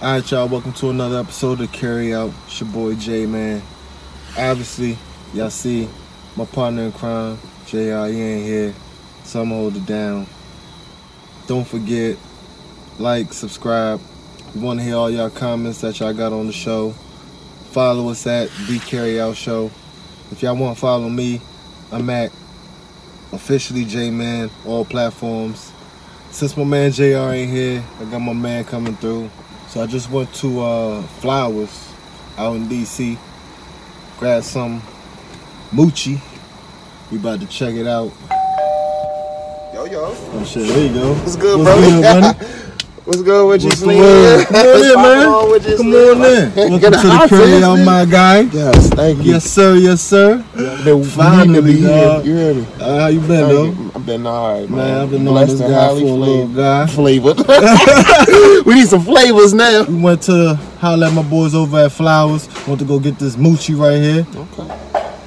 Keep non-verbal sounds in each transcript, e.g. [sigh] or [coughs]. All right, y'all. Welcome to another episode of Carry Out. It's your boy J Man. Obviously, y'all see my partner in crime, JR. He ain't here, so I'ma hold it down. Don't forget, like, subscribe. We want to hear all y'all comments that y'all got on the show. Follow us at the Carry Out Show. If y'all want to follow me, I'm at officially J Man all platforms. Since my man Jr. ain't here, I got my man coming through. So I just went to uh, Flowers out in DC, grabbed some Moochie. We about to check it out. Yo, yo. Oh shit, there you go. What's good, What's [laughs] bro? good, buddy? What's good with you, What's the Slim? [laughs] word? Come on What's in, man. going with you, Come Slim? on [laughs] in. Welcome Get to the out, Curry Out, Slim. my guy. Yes, thank you. Yes, sir. Yes, sir. Been Finally, waiting to be here. dog. You hear me? Uh, how you been, Thank though? you. I've been all right, man. Man, I've been knowing Blessed this and guy for a highly little flavored. guy. [laughs] [laughs] flavored. we need some flavors now. We went to holler at my boys over at Flowers. Want to go get this Moochie right here. Okay.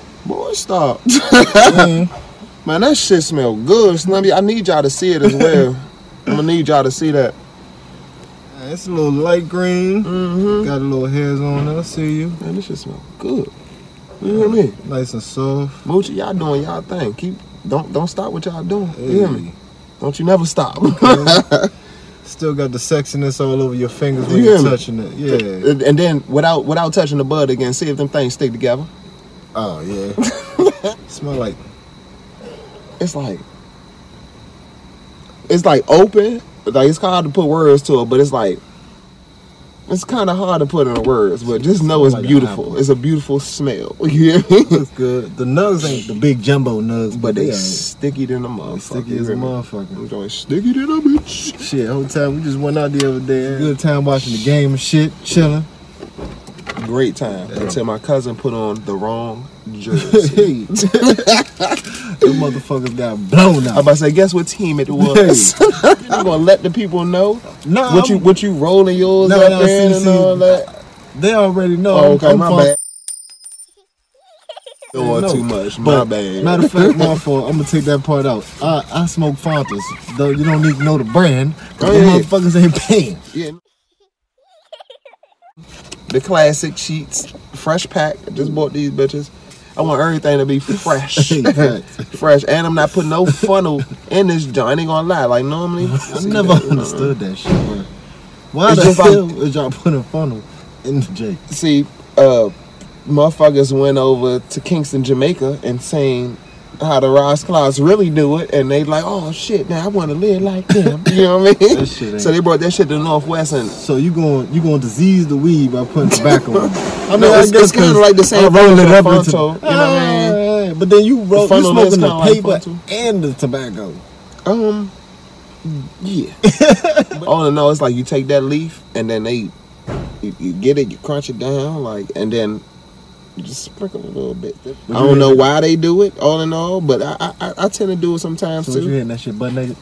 [laughs] Boy, stop. Mm. Man, that shit smell good, Snubby. I need y'all to see it [laughs] as well. I'm gonna need y'all to see that. Uh, It's a little light green. Mm-hmm. Got a little hairs on it. I see you. Man, this shit smell good. You hear me? Nice and soft. Moochie, y'all doing y'all thing. Keep don't don't stop what y'all doing. You hear me? Hey. Don't you never stop. [laughs] Still got the sexiness all over your fingers when You you're hear me? touching it. [laughs] Yeah. and and then without without touching the bud again, see if them things stick together. Oh yeah. [laughs] Smell like It's like it's like open. Like it's hard to put words to it, but it's like it's kind of hard to put in words. But just know it's Like an beautiful. apple. It's a beautiful smell. [laughs] You hear me? looks good. The nugs ain't the big jumbo nugs, But they ain't sticky than a motherfucker. sticky you as a hear me? motherfucker. Them joints sticky than a bitch. Shit, whole time we just went out the other day. Good time watching the game and shit, chilling. Great time until my cousin put on [laughs] the wrong jersey. Hey. [laughs] the motherfuckers got blown I'm out. about to say, guess what team it was? [laughs] you gonna let the people know Nah, what you I'm- what you rolling yours No, up no, in see, and see. all that. they already know. Oh, I'm- okay, I'm my from- [laughs] bad. Doing No. too much. But, My bad. Matter of fact, my fault. I'm gonna take that part out. I, I smoke Fantas. Though you don't need to know the brand. 'cause Go the ahead. motherfuckers ain't [laughs] paying. yeah. The classic sheets, fresh pack. I just bought these bitches. I want everything to be [laughs] fresh. Hey, facts. fresh. And I'm not putting no funnel in this joint. I ain't gonna lie. Like [laughs] normally. I never understood that shit. bro. Why It's the just hell is y'all putting funnel in the J? see, uh, motherfuckers went over to Kingston, Jamaica, and seen how the Ross Clouds really do it, and they like, oh shit, now I want to live like them. [laughs] you know what I mean? That shit ain't- so they brought that shit to Northwest, and So you going you going to disease the weed by putting tobacco in? it. I No, it's- it's kinda 'cause like the same I'm rolling thing it with up Fonto, into. you know what I Ah, But then you roll, you funnel is smoking the kinda like paper Fonto. and the tobacco. um, [laughs] yeah. All in all, it's like you take that leaf, and then they, you, you get it, you crunch it down, like, and then. you Just sprinkle a little bit. I you don't know mean- why they do it, all in all, but I I, I- I tend to do it sometimes So too. you hitting that shit butt naked?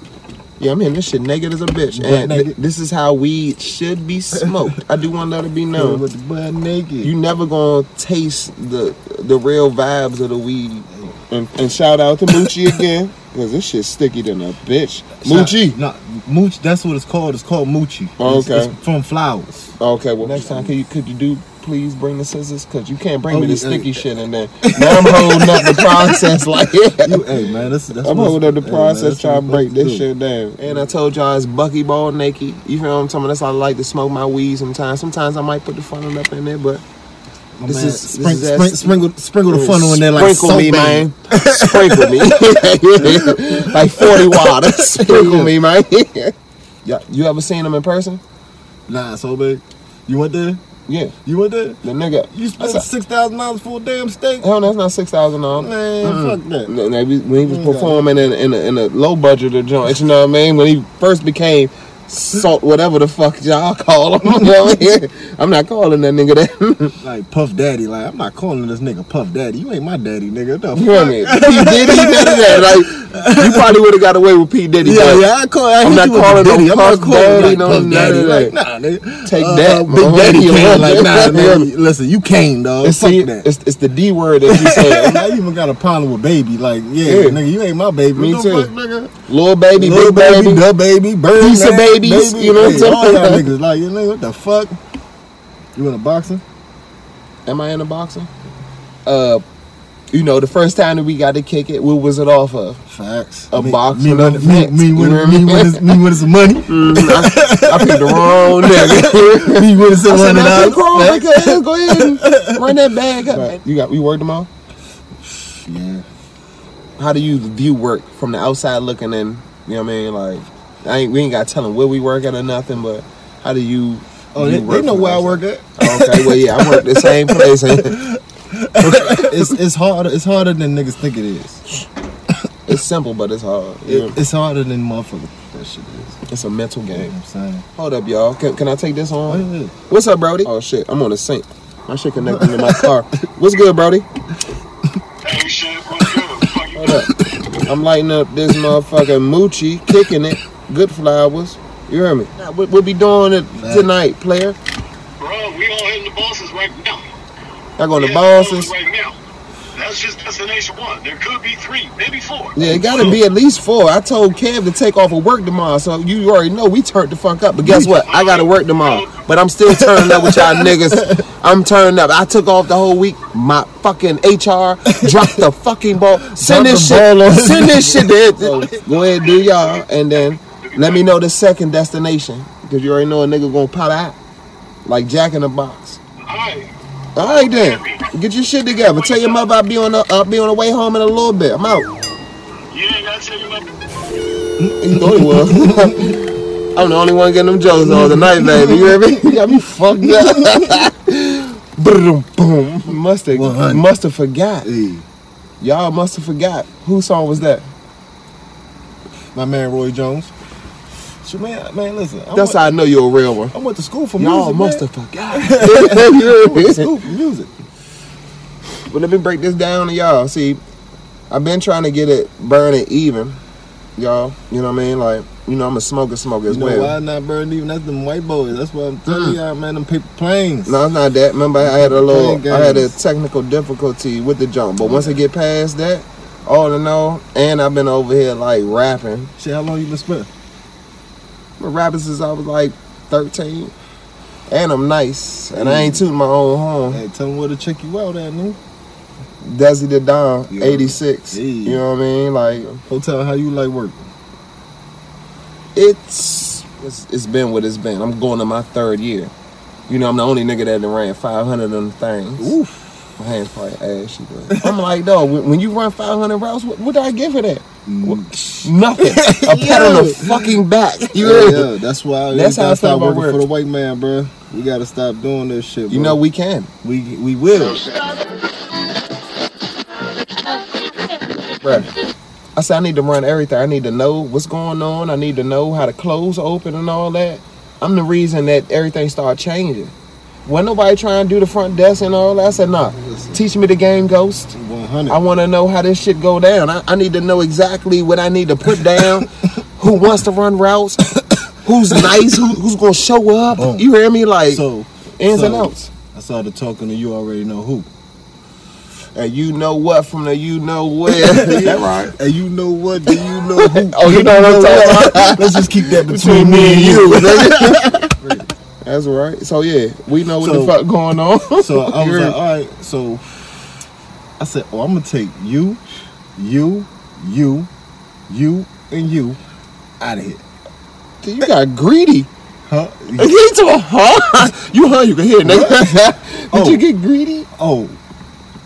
Yeah, I'm hitting this shit naked as a bitch. Butt and th- naked. this is how weed should be smoked. I do want that to be Yeah, known. with the butt naked. You never gonna taste the the real vibes of the weed. And, and shout out [laughs] to Moochie again, because this shit's sticky than a bitch. Moochie. No, Mooch. That's what it's called. It's called Moochie. Oh, It's- okay. it's from flowers. Okay, well next time can you could you do please bring the scissors? Cause you can't bring Oh, me the yeah, sticky yeah. shit in [laughs] there. Now I'm holding up the process like You, hey man, that's that's. I'm what- holding up the hey, man, process that's what trying to break we supposed do. this shit down. And I told y'all it's buckyball naked. You feel what I'm talking about? That's how I like to smoke my weed sometimes. Sometimes I might put the funnel up in there, but My This man, is- spring, this is spring, as- sprinkle, sprinkle the funnel in there like sprinkle soap me, man. [laughs] man. sprinkle me. [laughs] like [laughs] 40 water. Sprinkle me, man. yeah, you ever seen him in person? Nah, so big. You went there? Yeah. You went there? The nigga. You spent That's six thousand dollars for a damn steak? a, hell, that's not six thousand dollars. Man, fuck that. And they was- when he was Mm, God. performing in, in, a, in a low budget of joint, you know what I mean? When he first became salt, whatever the fuck y'all [laughs] call him, you know what I mean? I'm not calling that nigga that. [laughs] Like Puff Daddy, like I'm not calling this nigga Puff Daddy. You ain't my daddy, nigga. The you know what I fuck? mean? He did he none of that. Like you probably would have got away with P Diddy. Yeah, but yeah, I call. I I'm hit not you with the calling no Diddy. I'm Puff not calling Daddy, like no Puff none Daddy. of Like, that. nah, nigga. Take Uh, that, Big Mahomes. Daddy You can't. want Like, that, nah, man. nigga. Listen, you came, dog. And Fuck see, that. it's, it's the D word that you And [laughs] said. I even got a problem with baby. Like, yeah, Yeah. nigga, you ain't my baby. Me What the too. Fuck, nigga? Little baby, Little big baby. baby, the baby, bird Piece of man, babies, you know what I'm yeah, talking All y'all [laughs] about? niggas like, you nigga, what the fuck? You in a boxing? Am I in a boxing? Uh, you know, the first time that we got to kick it, what was it off of? [laughs] Facts. A me, boxing Me, when- of me, facts, me, you when- know what I me, mean? when it's- me, when it's [laughs] money. I picked the wrong [laughs] nigga. [laughs] Me, when it's I money. said, "Man, dog. pick wrong, nigga. Go ahead [laughs] and run that bag up. Right. You got you worked them all? Yeah. How do you view work from the outside looking in? You know what I mean? Like, I ain't, we ain't got to tell them where we work at or nothing, but how do you? Oh, view they, work they know from the where I outside? work at. [laughs] Okay, well, yeah, I work the same place. [laughs] and it's it's harder. It's harder than niggas think it is. It's simple, but it's hard. You know, It, it's harder than motherfucker. That shit is. It's a mental You know what game. I'm saying. Hold up, y'all. Can, can I take this Oh, on? yeah, yeah. What's up, Brody? Oh shit, I'm on the sink. My shit connected to my car. What's good, Brody? Hey, shit, what's good? Fuck you Hold up. I'm lighting up this motherfucking moochie, kicking it. Good flowers. You hear me? Nah, we- We'll be doing it tonight, player. Bro, we all hitting the bosses right now. I go to We hitting bosses. Right now. That's just destination one. There could be three, maybe four. Yeah, it gotta be at least four. I told Kev to take off of work tomorrow, so you already know we turned the fuck up. But guess what? I gotta work tomorrow. But I'm still turned up [laughs] with y'all niggas. I'm turned up. I took off the whole week. My fucking HR dropped the fucking ball. Send this the shit. ball on- Oh. Send this shit to it. So go ahead, do y'all, and then let me know the second destination. Cause you already know a nigga gonna pop out. Like Jack in the Box. Alright. Alright then. Get your shit together. Tell your mother I'll be on the I'll be on the way home in a little bit. I'm out. You ain't gotta tell your mother. You know he was. I'm the only one [laughs] getting them jokes on tonight, baby. You hear me? [laughs] You got me fucked up. boom, boom. Must have, 100. must have forgot. Hey, Y'all must have forgot. Whose song was that? my man Roy Jones. So man, man, listen. I That's went, how I know you're a real one. [laughs] I went to school for Y'all must music. man. have [laughs] forgot. I went to [laughs] school for music. But let me break this down to y'all. See, I've been trying to get it burning even, y'all. You know what I mean? Like, you know, I'm a smoker, smoker as You know well. Mm. why not burn even? That's them white boys. That's what I'm telling y'all, man. Them paper planes. No, it's not that. Remember, I had a little, Playing I had a games. technical difficulty with the jump, but once I get past that, all in all, and I've been over here like rapping. Shit, how long you been spent? But rapping since I was like 13, and I'm nice, and I Mm. ain't tooting my own horn. Hey, tell them where to check you out at, nigga. Desi the Don, Yeah. 86. Yeah. You know what I mean? Like Hotel, how you like work? it's, it's it's been what it's been. I'm going to my third year. You know, I'm the only nigga that done ran 500 of them things. Oof. My hands probably ashy, but I'm like, dog, when, when you run 500 routes, what, what do I get for that? [laughs] Nothing. A pat on the fucking back. You, Yeah, heard me? yeah, that's why we That's how I gotta feel stop about working work. for the white man, bruh. We gotta stop doing this shit. you bruh. know we can. we we will. Bruh. I said I need to run everything. I need to know what's going on. I need to know how to close open and all that. I'm the reason that everything started changing. When nobody trying to do the front desk and all that, I said, nah, Listen. teach me the game, Ghost. One hundred. I want to know how this shit go down. I, I need to know exactly what I need to put [laughs] down, who wants to run [coughs] routes, who's nice, who, who's gonna show up. Boom. You hear me? Like So ins and so- outs. I saw the talking to you already know who. And you know what from the you know where. [laughs] yeah, right. And you know what? Do you know [laughs] who? Oh, you know what I'm [laughs] talking about. Let's just keep that Between me and you. nigga. That's right. So yeah, we know what So- the fuck going on. [laughs] So I was [laughs] You're- like, all right. So I said, oh, I'm gonna take you, you, you, you, and you out of here, you got greedy. huh? [laughs] You to a huh? [laughs] You huh? You can hear, nigga. [laughs] Did Oh. you get greedy? Oh,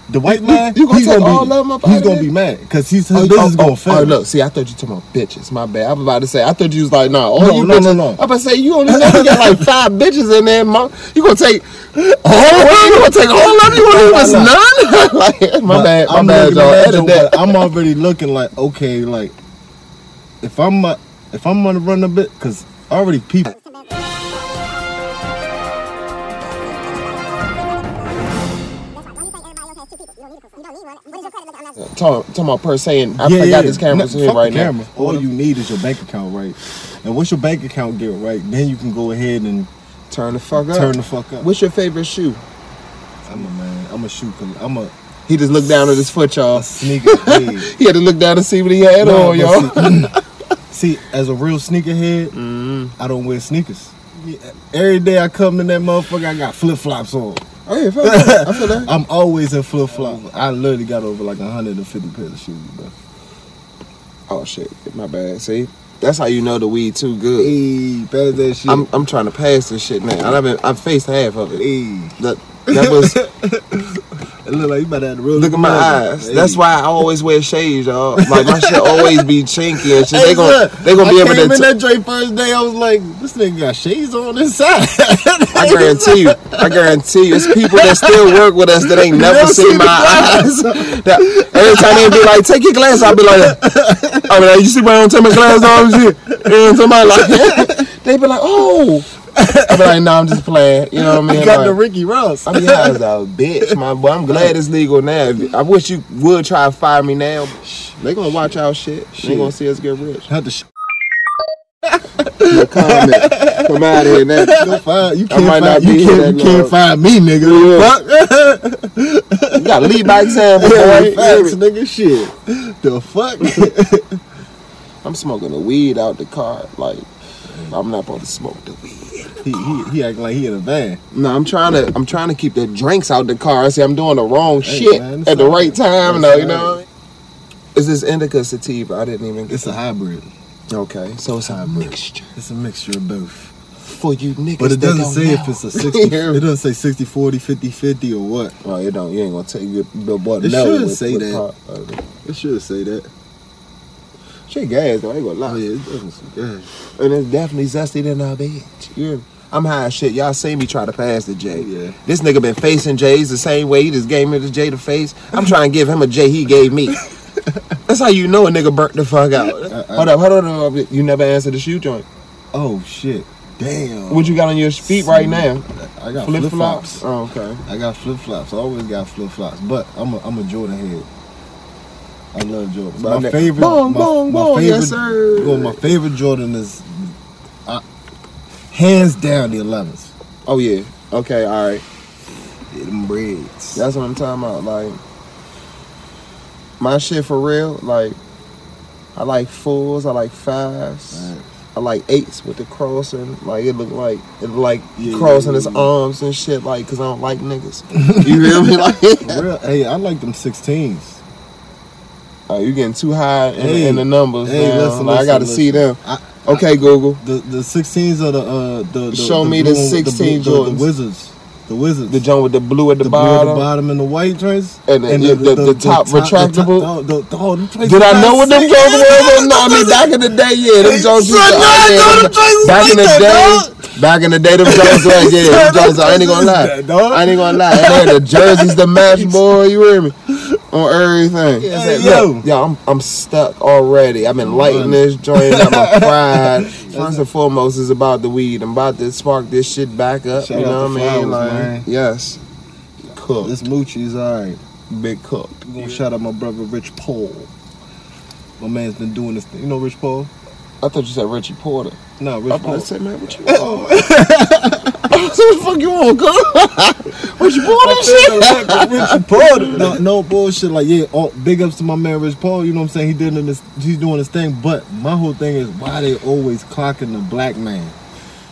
the white man. you gonna he's take be, all of 'em up He's outta gonna there? be mad because he's his business gonna fail. Oh, look, see, I thought you talking about bitches. My bad. I'm about to say, I thought you was like, nah, all No, you no, bitches. no, no. I'm about to say, you only know you got [laughs] like five bitches in there, mom. You gonna [laughs] take oh, you gonna take all of them? You want to No, us none? [laughs] like, my But bad, my I'm bad, looking y'all. at Edit you, that. but I'm already looking like okay, like if I'm uh, if I'm gonna run a bit because already people. That's right. Why you think everybody else has two people? You don't need a person. You don't need one. what is your credit looking? I'm not Talking, talking about per se, and I forgot this camera's No, here fuck the right now. camera. All you need is your bank account right. And once your bank account get right, then you can go ahead and Turn the fuck up. turn the fuck up. What's your favorite shoe? I'm a man. I'm a shoe. coll- I'm a, He just looked down at his foot, a y'all. sneaker. head. [laughs] He had to look down and see what he had No, but on, y'all. Mm-hmm. See, [clears throat] see, as a real sneakerhead, I don't wear sneakers. Yeah, Every day I come in that motherfucker, I got flip flops on. [laughs] Oh yeah, fuck that. I feel that. I'm always in flip flops. I literally got over like 150 pairs of shoes, bro. Oh shit, my bad. See, that's how you know the weed too good. Hey, pass that shit. I'm I'm trying to pass this shit now. I've been I faced half of it. hey, That [laughs] that was it look like you about to have to roll look at my up. eyes. Hey. That's why I always wear shades, y'all. Like my shit always be chinky and shit. Hey, They gonna look, they gonna be I came able to. in T- that joint first day. I was like, this nigga got shades on inside. [laughs] I guarantee you. I guarantee you. It's people that still work with us that ain't never never seen seen my eyes. [laughs] That- every time they be like, "Take your glass," I'll be like, "I mean, you see why I don't take my glass off?" and shit?" You know what I'm talking about? Like, [laughs] they be like, "Oh." I be like, "No, I'm just playing." You know what I mean? I got Like, the Ricky Ross. I'm high as a bitch, my boy. I'm glad it's legal now. I wish you would try to fire me now. They gonna watch our shit. They Shit. gonna see us get [laughs] rich. Had to sh- comment. Come out here now. Don't find- you I can't might find not you be here can't, that you can't long. find me, nigga. Yeah. Fuck. You gotta lead by [laughs] example, boy. Hey, facts, nigga. Shit. The fuck. [laughs] I'm smoking the weed out the car. Like, I'm not supposed to smoke the weed. he, he he act like he in a van. No, I'm trying to. I'm trying to keep the drinks out the car. I see, I'm doing the wrong Hey, shit man, it's at the all right right. time. It's though, you all know. what I mean? Is this indica sativa? I didn't even. It's a hybrid. okay, so it's a Hybrid. mixture It's a mixture of both. for you niggas. But it that doesn't don't say know. if it's [laughs] a 60, it Yeah. doesn't say 60, 40, 50, 50 or what. Oh, you don't. You ain't gonna take your Bill Boy. It no, should with- say with that. pop. Uh, It should say that. She gas though. I ain't gonna lie. Oh yeah, it doesn't say that. And it's definitely zesty than a bitch. Yeah. I'm high as shit. Y'all seen me try to pass the J. Yeah. This nigga been facing J's the same way. He just gave me the J to face. [laughs] I'm trying to give him a J he gave me. That's how you know a nigga burnt the fuck [laughs] out. Uh, hold up, hold on, hold up. You never answered the shoe joint. Oh shit. Damn. What you got on your feet right now? I got Flip flip flops. flops. Oh, okay. I got flip flops. I always got flip flops. But I'm a, I'm a Jordan head. I love Jordan. But my that- favorite. Boom, my, boom, my boom. Favorite, Yes, sir. Well, my favorite Jordan is I, hands down the 11s. Oh yeah. Okay. All right. Yeah, them braids. That's what I'm talking about. Like my shit for real. Like I like fours. I like fives. Right. I like eights with the crossing. Like it look like it look like Yeah, crossing yeah, his yeah. arms and shit. Like cause I don't like [laughs] niggas. you feel me? [laughs] For Like real. Hey, I like them 16s. oh, you getting too high in, Hey. in the numbers. Hey, now. listen, Like, I listen, got to see listen. them. I, Okay, Google. the the 16s are the uh the, the Show the me the blue one- 16 blue- the, Jordans. the Wizards, the Wizards, The joint with the blue at the, the blue at bottom. the bottom and the white joints, And the- yeah, the- the top retractable. The, the, the, oh, them joints Did I are know [laughs] what them sick. jokes were? No, I [laughs] mean back in the day, yeah, them jokes. Son, nah, I know them jokes was oh, Back like in the that, day, back in the day, them jokes was yeah, [laughs] them Son, jokes. them I ain't jokes gonna was lie, that, dog. I ain't gonna lie. And they had the jerseys, [laughs] the match, boy. You hear me? On everything. Yeah, I said, yo. Oh, look, yo, I'm I'm stuck already. I've been lighting this joint. I'm a pride. [laughs] First and foremost, is about the weed. I'm about to spark this shit back up. Shout you out know to what I mean? Flowers, Like, man. yes, cook, This Moochie's all right. big cook. We gonna shout out my brother Rich Paul. My man's been doing this. Thing. You know Rich Paul? I thought you said Richie Porter. No, Rich I'm Paul. about to say, man, [laughs] what you want? what the fuck you want, girl? [laughs] what you want and shit? Rich Paul. No, no bullshit. Like yeah, all, big ups to my man Rich Paul. You know what I'm saying? He did this. He's doing his thing. But my whole thing is why they always clocking the black man.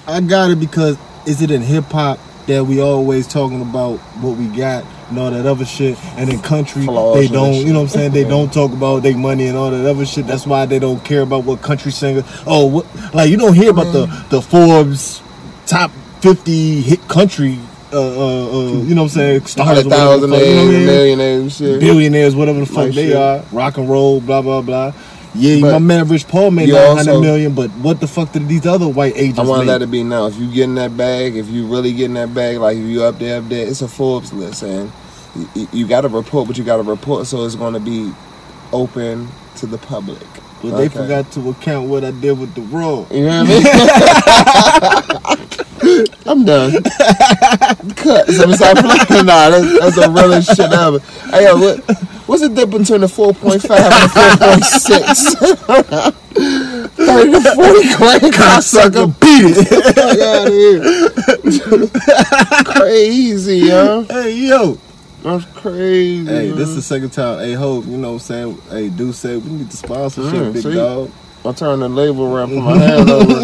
I got it because is it in hip hop that we always talking about what we got and all that other shit, and in country Flaws they and don't. shit. You know what I'm saying? They Yeah. don't talk about their money and all that other shit. That's why they don't care about what country singer. Oh, what like you don't hear about the the Forbes top 50 hit country. Uh, uh, uh, you know what I'm saying? Stars, Hundred or whatever the thousand fuck, you know what I mean? millionaires and shit. billionaires, whatever the fuck Like they shit. are, rock and roll, blah blah blah. Yeah, But my man Rich Paul made you nine hundred also- million, but what the fuck did these other white agents I want make? to let it be now. If you get in that bag, if you really get in that bag, like if you up there, up there, it's a Forbes list, and you, you- you got to report, but you got to report so it's going to be open to the public. but they Okay. forgot to account what I did with the raw. You know what I mean? [laughs] I'm done. [laughs] Cut. So I'm sorry. Nah, that's, that's the realest shit ever. Hey, yo, what, What's the difference between a 4.5 and a [laughs] 4.6? 30 to 40 grand cocksucker beat it. Fuck out here. [laughs] crazy, yo. Hey, yo. That's crazy. Hey, this is man. the second time. Hey, Hope, you know what I'm saying? Hey, do say we need the sponsorship, Mm, big see? dog. I turned the label around from [laughs] my hand over.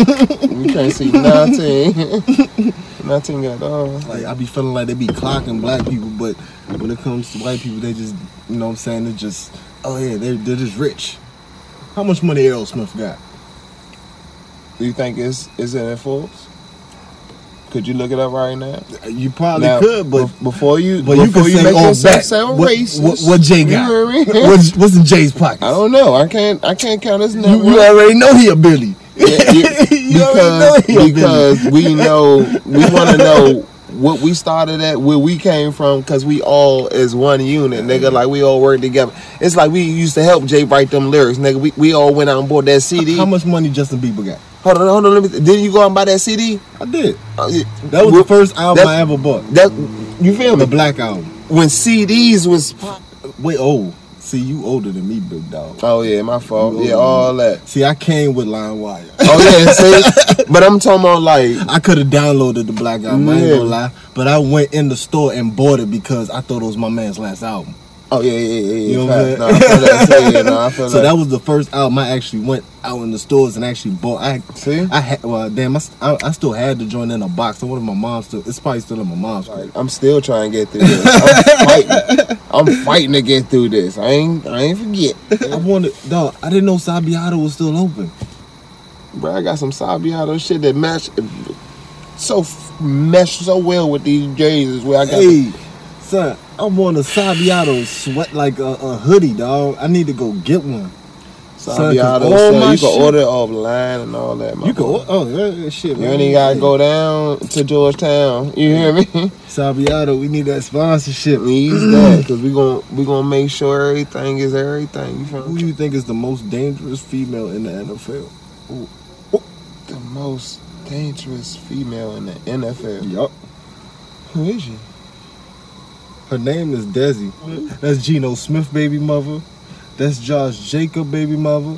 You can't see nothing. [laughs] nothing at all. Like, I be feeling like they be clocking black people, but when it comes to white people, they just, you know what I'm saying? They're just, oh yeah, they're, they're just rich. How much money Aerosmith got? Do you think it's is it in Forbes? Could you look it up right now? You probably Now, could, but bef- before you, but you before can say make all yourself back. sound what, racist, what, what Jay you got? [laughs] hear me? [laughs] What's, what's in Jay's pockets? I don't know. I can't. I can't count his you, number. you already know he a Billy. Yeah, you- You already know because he a Billy. because we know we want to know what we started at, where we came from, because we all is one unit, nigga. Like we all work together. It's like we used to help Jay write them lyrics, nigga. We, we all went out and bought that CD. [laughs] How much money Justin Bieber got? Hold on, hold on. Let me. Didn't you go out and buy that CD? I did. Uh, yeah. That was Well, the first album that's- I ever bought. That you feel The me? Black Album. When CDs was. Wait, oh, see, you older than me, big dog. Oh yeah, my fault. Yeah, all that. See, I came with Line Wire. Oh [laughs] yeah, see, but I'm talking about like I could have downloaded the Black Album. I ain't Yeah. gonna lie, but I went in the store and bought it because I thought it was my man's last album. oh yeah yeah yeah yeah. You know facts. what I'm Nah, I feel that. Yeah, [laughs] yeah, nah, I feel So that. that was the first album I actually went out in the stores and actually bought. I See? I had well, damn, I, st- I, I still had to join in a box. I wanted my mom's still. It's probably still in my mom's. crib. Like, I'm still trying to get through this. I'm fighting. I'm fighting to get through this. I ain't I ain't forget. I wanted dog. I didn't know Sabiato was still open. Bro, I got some Sabiato shit that match so f- mesh so well with these J's is where I got the- Hey, son, I want a Sabiato sweat like a, a hoodie, dog. I need to go get one. son, 'cause Sabiato. all so my you can shit- order it offline and all that. My You go. boy. Oh, yeah, yeah, shit, You man. ain't even gotta go down to Georgetown. You [laughs] hear me? Sabiato, we need that sponsorship. needs that because we gon' we gonna make sure everything is everything. You feel Who me? you think is the most dangerous female in the NFL? The most dangerous female in the NFL. Yup. Who is she? Her name is Desi. That's Geno Smith, baby mother. That's Josh Jacob, baby mother.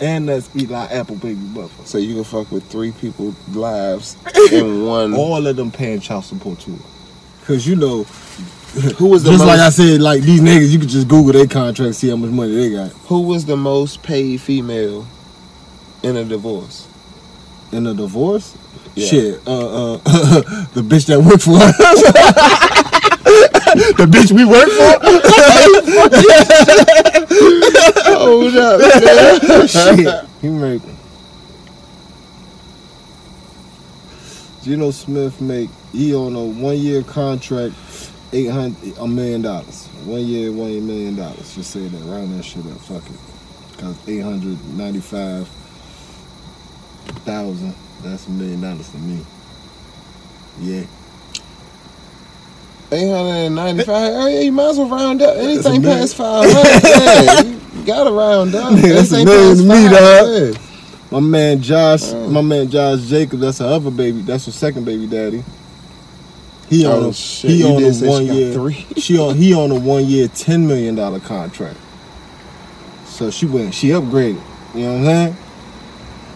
And that's Eli Apple, baby mother. So you can fuck with three people lives in one. All of them paying child support to her. Cause you know, who was the just most, like I said, like these niggas, you could just Google their contract, see how much money they got who was the most paid female in a divorce? in a divorce. Yeah. Shit, uh, [laughs] uh, the bitch that worked for us. [laughs] the bitch we work [laughs] for. Hold up, man. Shit, he make. Geno Smith make he on a one year contract, eight hundred a million dollars. One year, one million dollars. Just say that, round that shit up. Fuck it, cause eight hundred ninety five thousand. That's a million dollars to me. Yeah, [laughs] Eight hundred and ninety-five. Oh yeah, you might as well round up. That's a Anything million. past five [laughs] hundred, yeah, you gotta round up. Nigga, that's a Anything million past to me, dog. five, yeah. my man Josh, Mm. my man Josh Jacob. That's her other baby. That's her second baby daddy. He on Oh, a, shit. he You on did a say she one got year. three. [laughs] She on he on a one year ten million dollar contract. So she went. She upgraded. You know what I'm saying?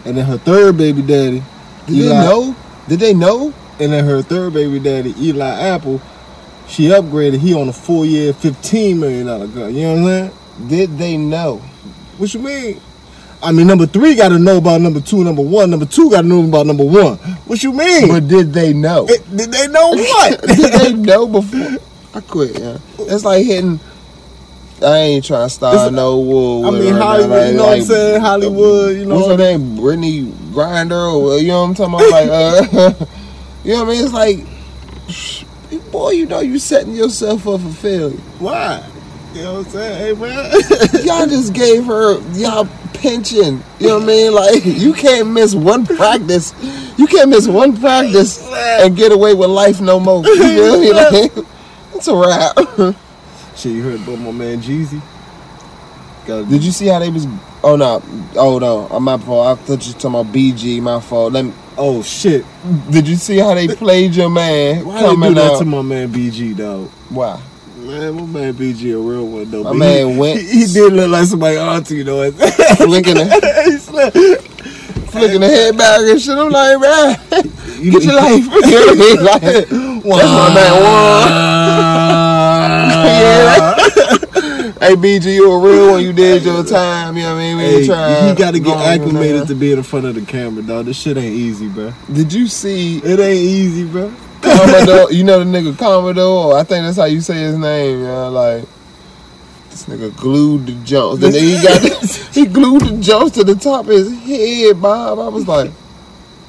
And then her third baby daddy, Did Eli. they know? Did they know? And then her third baby daddy, Eli Apple. She upgraded. He on a four year, fifteen million dollar gun. You know what I'm saying? Did they know? What you mean? I mean, number three got to know about number two, number one. Number two got to know about number one. What you mean? But did they know? It- did they know [laughs] what? did they know before? I quit. Yeah, it's like hitting. I ain't trying to start It's- no war. I with mean, her, Hollywood, like- you know what I'm like, saying? Hollywood, you know. What's her name? Brittany Grinder, or you know what I'm talking about? Like, uh, [laughs] you know what I mean? It's like, boy, you know you setting yourself up for failure. Why? You know what I'm saying? Hey, man. Y'all just gave her y'all pension. You know what I mean? Like, [laughs] you can't miss one practice. You can't miss one practice and get away with life no more. You [laughs] feel me? Like, it's a wrap. [laughs] [laughs] Shit, you heard about my man Jeezy? Got Did you see how they was? Oh no! Oh no! I'm my fault. I thought you were talking about BG. My fault. Let me. Oh shit! Did you see how they played your man Why they coming do that out? to my man BG though? Why? You Man, my man BG a real one though. My but he- man went- He, he did look like somebody auntie though. [laughs] flicking the, He slept. flicking the head back and shit. I'm like, man, get [laughs] your life. [laughs] Like, That's my man. One. [laughs] Yeah. [laughs] Hey, BG, you a real one. You did your time. You know what I mean? We Hey, ain't trying you gotta go get on, man. acclimated to being in front of the camera, dog. This shit ain't easy, bro. Did you see It ain't easy, bro. Commodore? you know the nigga Commodore? I think that's how you say his name. You know, like this nigga glued the jumps. Then he got he glued the [laughs] jumps to the top of his head, Bob. I was like,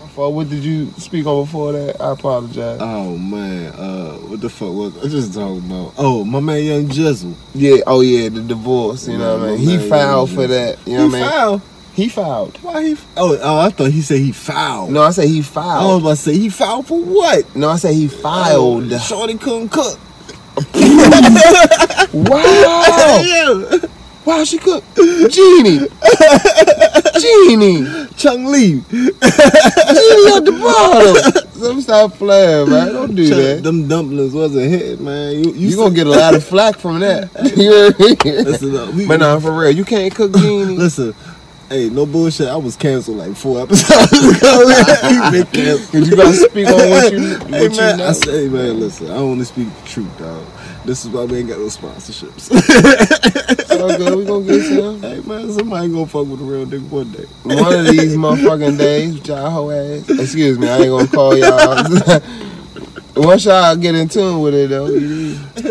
my fault. What did you speak on before that? I apologize. Oh man, uh, what the fuck was I just talking about? Oh, my man, Young Jizzle. yeah. Oh yeah, the divorce. You know what I Man, mean? He man, yeah, filed for yeah. that. You know he what I mean? foul? He filed. Why he? Oh, oh, I thought he said he foul. No, I said I he was filed. about to say he foul for what? Oh, No, I said he filed. Shorty couldn't cook. Wow. Yeah. [laughs] Wow, she cooked. [laughs] Genie. Genie. Genie Chung Lee. at the bottom. [laughs] Some stop playing, man. Don't do Chung- that. Them dumplings was a hit, man. You, you, You gonna get a lot of flack from that. [laughs] You know what I mean? Listen up. We, But nah, for real, you can't cook Genie. Listen. Hey, no bullshit. I was canceled like four episodes [laughs] ago. You been canceled. Cause you gotta speak on what you, what Hey you man, know. I say, hey, man, listen. I only speak the truth, dog. This is why we ain't got no sponsorships. [laughs] so good. We gonna get some. hey man, somebody gonna fuck with a real nigga one day. One of these motherfucking days, y'all hoe ass. Excuse me, I ain't gonna call y'all. [laughs] Once y'all get in tune with it though,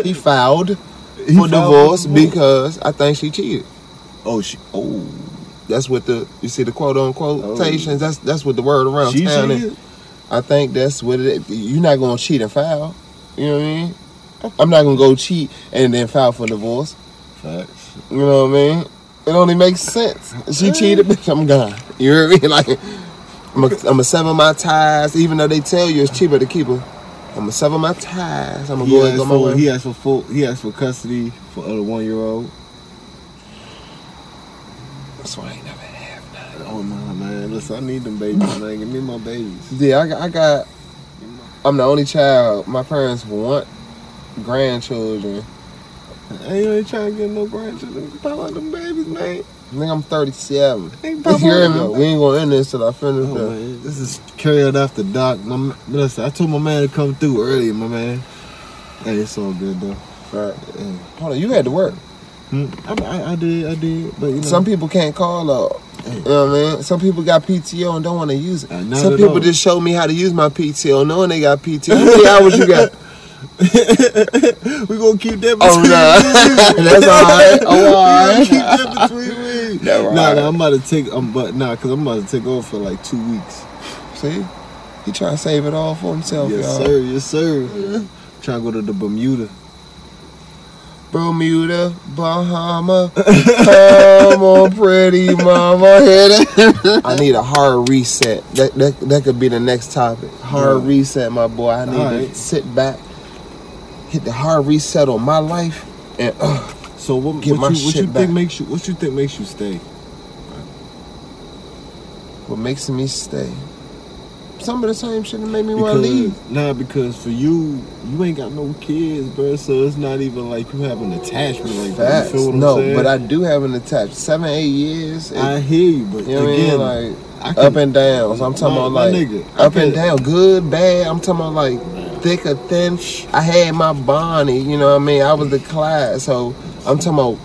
he filed for filed divorce for divorce. because I think she cheated. Oh she, oh, That's what the you see the quote unquote quotations. That's that's what the word around she town cheated. is. I think that's what it. You're not gonna cheat and foul. You know what I mean? I'm not gonna go cheat and then file for divorce. Facts. You know what I mean? It only makes sense. She cheated, bitch. I'm gone. [laughs] You hear me? Like I'm gonna sever my ties, even though they tell you it's cheaper to keep them. I'm gonna sever my ties. I'm gonna He go and asked, go my for, way. he asked for full, he asked for custody for a one year old. That's why I ain't never had. Oh nah, man, listen, I need them babies, man. Give me my babies. Yeah, I got, I got. I'm the only child. My parents want grandchildren. Hey, you ain't trying to get no grandchildren. Pop out them babies, man. I think I'm 37. Hey, [laughs] You pop hear out me? them We ain't gonna end this till I finish Oh, the- man. This is carry out after dark. My ma- listen, I told my man to come through earlier, my man. Hey, it's all good though. Right. Hey. Mm. Hold on, you had to work. Hmm, I, I, I did, I did, but you know, Some people can't call up. You know what I mean? Some people got PTO and don't want to use it. Uh, not Some at people all. just showed me how to use my PTO knowing they got PTO. How many hours [laughs] you got? we gonna keep that between. Oh, no. [laughs] That's all [laughs] right. Oh, all we gonna right. keep that between we. That [laughs] right. Nah, nah, I'm about to take. I'm but nah, cause I'm about to take over for like two weeks. See? He trying to save it all for himself, yes, y'all. sir. Yes, sir. Trying to go to the Bermuda. Bermuda, Bahama, come on, pretty mama. Hear that? I need a hard reset. That, that that could be the next topic. Hard Yeah. reset, my boy. I need to Alright. sit back, hit the hard reset on my life, and uh, So what? Get my what you, what shit you back. think makes you? What you think makes you stay? what makes me stay? Some of the same shit that made me want to leave. nah, because for you, you ain't got no kids, bro. So it's not even like you have an attachment like that. Facts. You feel what I'm No, saying? but I do have an attached seven, eight years. It, I hear you, but you know what again, I mean? Like I can, up and downs. I'm talking My- about my like nigga, I up can- and down, good, bad. I'm talking about like thick or thin. I had my Bonnie, you know what I mean? I was the class, so I'm talking about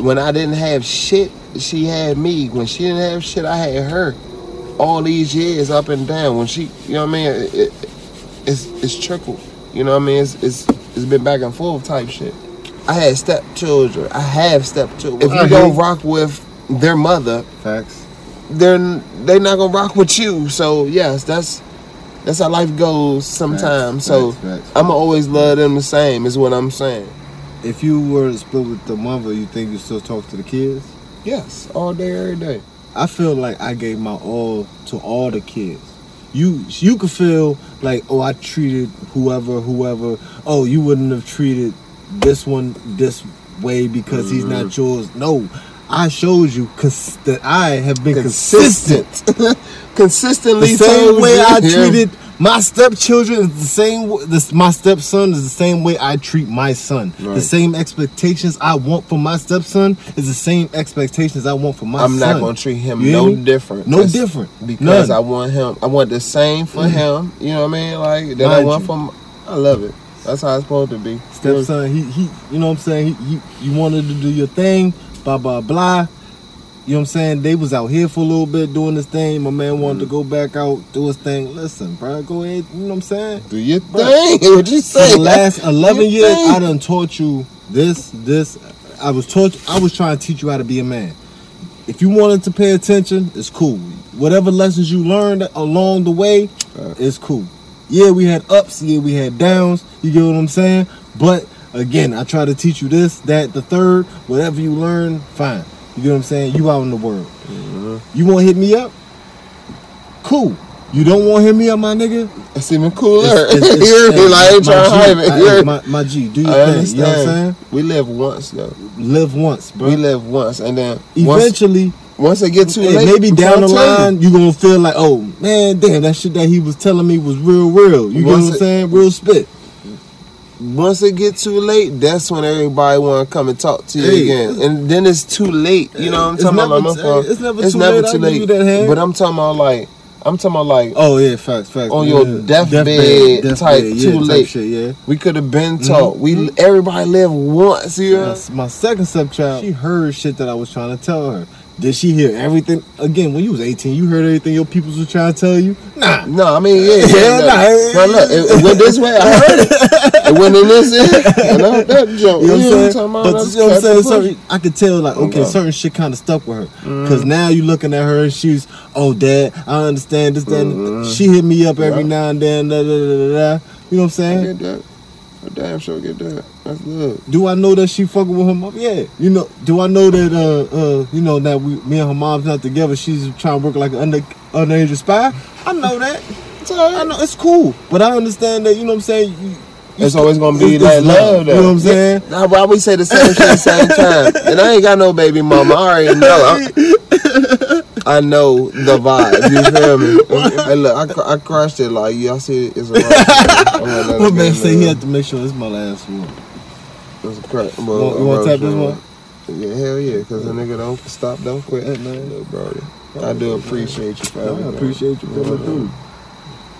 when I didn't have shit, she had me. When she didn't have shit, I had her. All these years, up and down. When she, you know what I mean? It, it, it's it's trickle. You know what I mean? It's it's it's been back and forth type shit. I had stepchildren. I have stepchildren. If you Uh-huh. don't rock with their mother, facts. they're they not gonna rock with you. So yes, that's that's how life goes sometimes. Facts, so facts, facts. I'ma always love them the same is what I'm saying. If you were to split with the mother, you think you still talk to the kids? Yes, all day, every day. I feel like I gave my all to all the kids. You you could feel like oh I treated whoever whoever oh you wouldn't have treated this one this way because he's not Mm-hmm. yours. No, I showed you cons- that I have been consistent. Consistent. [laughs] Consistently The same told way you. [laughs] I Yeah. treated My stepchildren is the same. w- This my stepson is the same way I treat my son. The Right. same expectations I want for my stepson is the same expectations I want for my I'm son. not gonna treat him You hear no me? different. No That's- different. None. Because Mm. I want him I want the same for him, you know what I mean? Like that I Mind want you. from I love it. That's how it's supposed to be. stepson. He he, you know what I'm saying. He, he you wanted to do your thing, blah blah blah. You know what I'm saying? They was out here for a little bit doing this thing. My man wanted to go back out, do his thing. Listen, bro, go ahead. You know what I'm saying? Do your Bruh. thing. [laughs] What [laughs] you For say? the last 11 Your years, thing. I done taught you this, this. I was taught. I was trying to teach you how to be a man. If you wanted to pay attention, it's cool. Whatever lessons you learned along the way, Right. it's cool. Yeah, we had ups. Yeah, we had downs. You get what I'm saying? But again, I try to teach you this, that, the third. Whatever you learn, fine. You get what I'm saying? You out in the world. Mm-hmm. You want to hit me up? Cool. You don't want to hit me up, my nigga? It's even cooler. [laughs] It's- it's- it's- You're it's- like I ain't my trying to G, hide it. I- You're- My, my G, do your I thing. understand. You know what I'm We live once though. saying? Live once, bro. We live once, and then once Eventually, once it get too and late, maybe I'm down the telling you. line, you're gonna feel like, oh man, damn, that shit that he was telling me was real, real. You know Once what I'm it- saying? Real spit. once it get too late, that's when everybody want to come and talk to you Hey. again, and then it's too late. You know what I'm It's talking about? never- my phone. it's never too late. I give you that hand. But I'm talking about like I'm talking about like Oh yeah, facts, facts. On yeah. your deathbed type, yeah, too type late. shit, yeah. Mm-hmm. we could have been taught. We everybody live once. You know? My, my second stepchild, she heard shit that I was trying to tell her. Did she hear everything? Again, when you was 18, you heard everything your peoples were trying to tell you. Nah, No, I mean, yeah, Yeah, yeah. no. nah. no, look, it, it went this way. I heard it. It went in this, [laughs] and I heard that jump. You know what I'm talking saying? about? But That's you know what I'm saying? captain Certain, I could tell, like, okay, no. certain shit kind of stuck with her. Mm. Because now you looking at her and she's, oh, dad, I understand this, that. and She hit me up every Mm. Yeah. now and then, da, da, da, da, da. You know what I'm push. saying? Get that. I damn sure get that. That's good. Do I know that she fucking with her mom? Yeah. You know, do I know that, uh, uh, you know, that we, me and her mom's not together? She's trying to work like an under, underage spy? I know that. It's all I right. know it's cool. But I understand that, you know what I'm saying? You, you It's still- always gonna be it's- that it's love, though. You know what I'm saying? Nah, but I always say the same shit at the same time, and I ain't got no baby mama. I already know. i I know the vibe. You feel me? hey, look, I, cr- I crushed it. Like y'all see, [laughs] it's a wrap. I'm like, What man that's say he good, had to make sure this is my last one. That's correct. Bro, You want- you want to tap this one? Yeah, hell yeah, cause a nigga don't stop, don't quit. Yeah, man. Look, bro, I do appreciate you, I family. appreciate you coming through.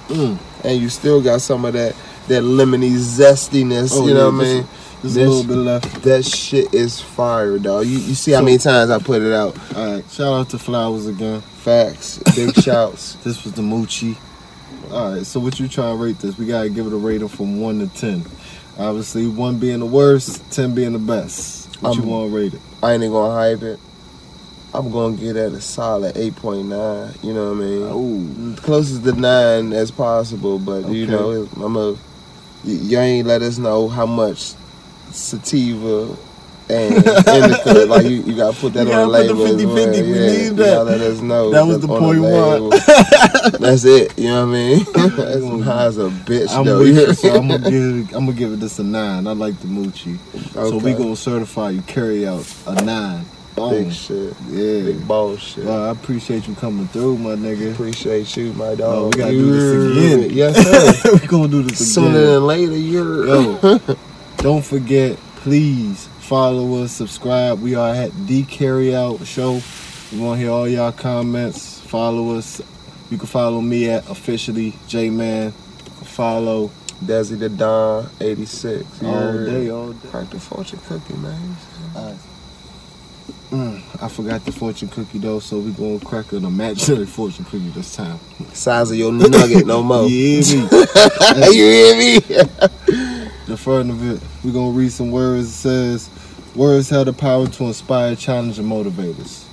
Mm. And you still got some of that that lemony zestiness. Oh, you yeah, know what I just- mean? Just This- a little bit left. That shit is fire, dog. You you see how So- many times I put it out? All right. Shout out to Flowers again. Facts, [laughs] big shouts. This was the Moochie. All right. So what you trying to rate this? We gotta give it a rating from one to ten. Obviously, one being the worst, ten being the best. What you Um, want to rate it? I ain't even gonna hype it. I'm gonna get at a solid 8.9. You know what I mean? Oh, closest to nine as possible, but you Okay. know, I'm a. y- Y'all ain't let us know how much sativa [laughs] and indica. like you, you gotta put that You on the gotta put label. the as 50-50, well, we yeah. need You that. gotta let us know. That was that's the on point one. label. that's it. You know what I [laughs] mean? that's high as a bitch. I'm though. with [laughs] you, so I'm gonna give it, I'm gonna give it this a nine. I like the Moochie. So we Okay. gonna certify you carry out a nine. Boom. Big shit. Yeah. Big ball shit. Well, I appreciate you coming through, my nigga. Appreciate you, my dog. Oh, we gotta do this again. [laughs] Yes, sir. we gonna do this again. Sooner than later, you're. Yo, don't forget, please follow us, subscribe. We are at the Carry Out Show. We want to hear all y'all comments. Follow us. You can follow me at officially J Man. Follow [laughs] Desi the Don, 86. all you're- day, all day. Crack the fortune cookie, man. Mm, I forgot the fortune cookie though, so we gonna crack an imaginary [laughs] fortune cookie this time. Size of your nugget no [laughs] more. Yeah, me. you hear me? the front of it, we're gonna read some words. It says, Words have the power to inspire, challenge, and motivate us.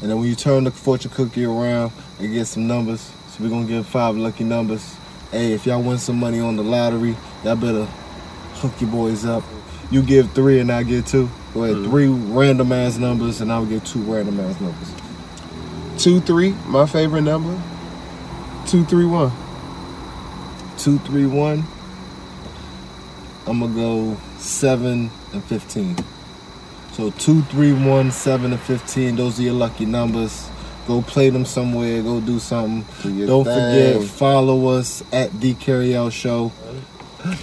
And then when you turn the fortune cookie around and get some numbers, so we're gonna get five lucky numbers. Hey, if y'all win some money on the lottery, y'all better hook your boys up. You give three and I get two. Go ahead, three random ass numbers and I'll get two random ass numbers. Two, three, my favorite number. Two, three, one. Two, three, one. I'm gonna go seven and fifteen. So two, three, one, seven, and fifteen. Those are your lucky numbers. Go play them somewhere. Go do something. Do your Don't thing. forget, follow us at the Carry Out Show.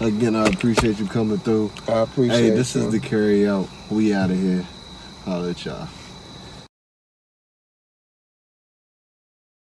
Again, I appreciate you coming through. I appreciate Hey, this you. is the Carry Out. We out of here. Holla at y'all.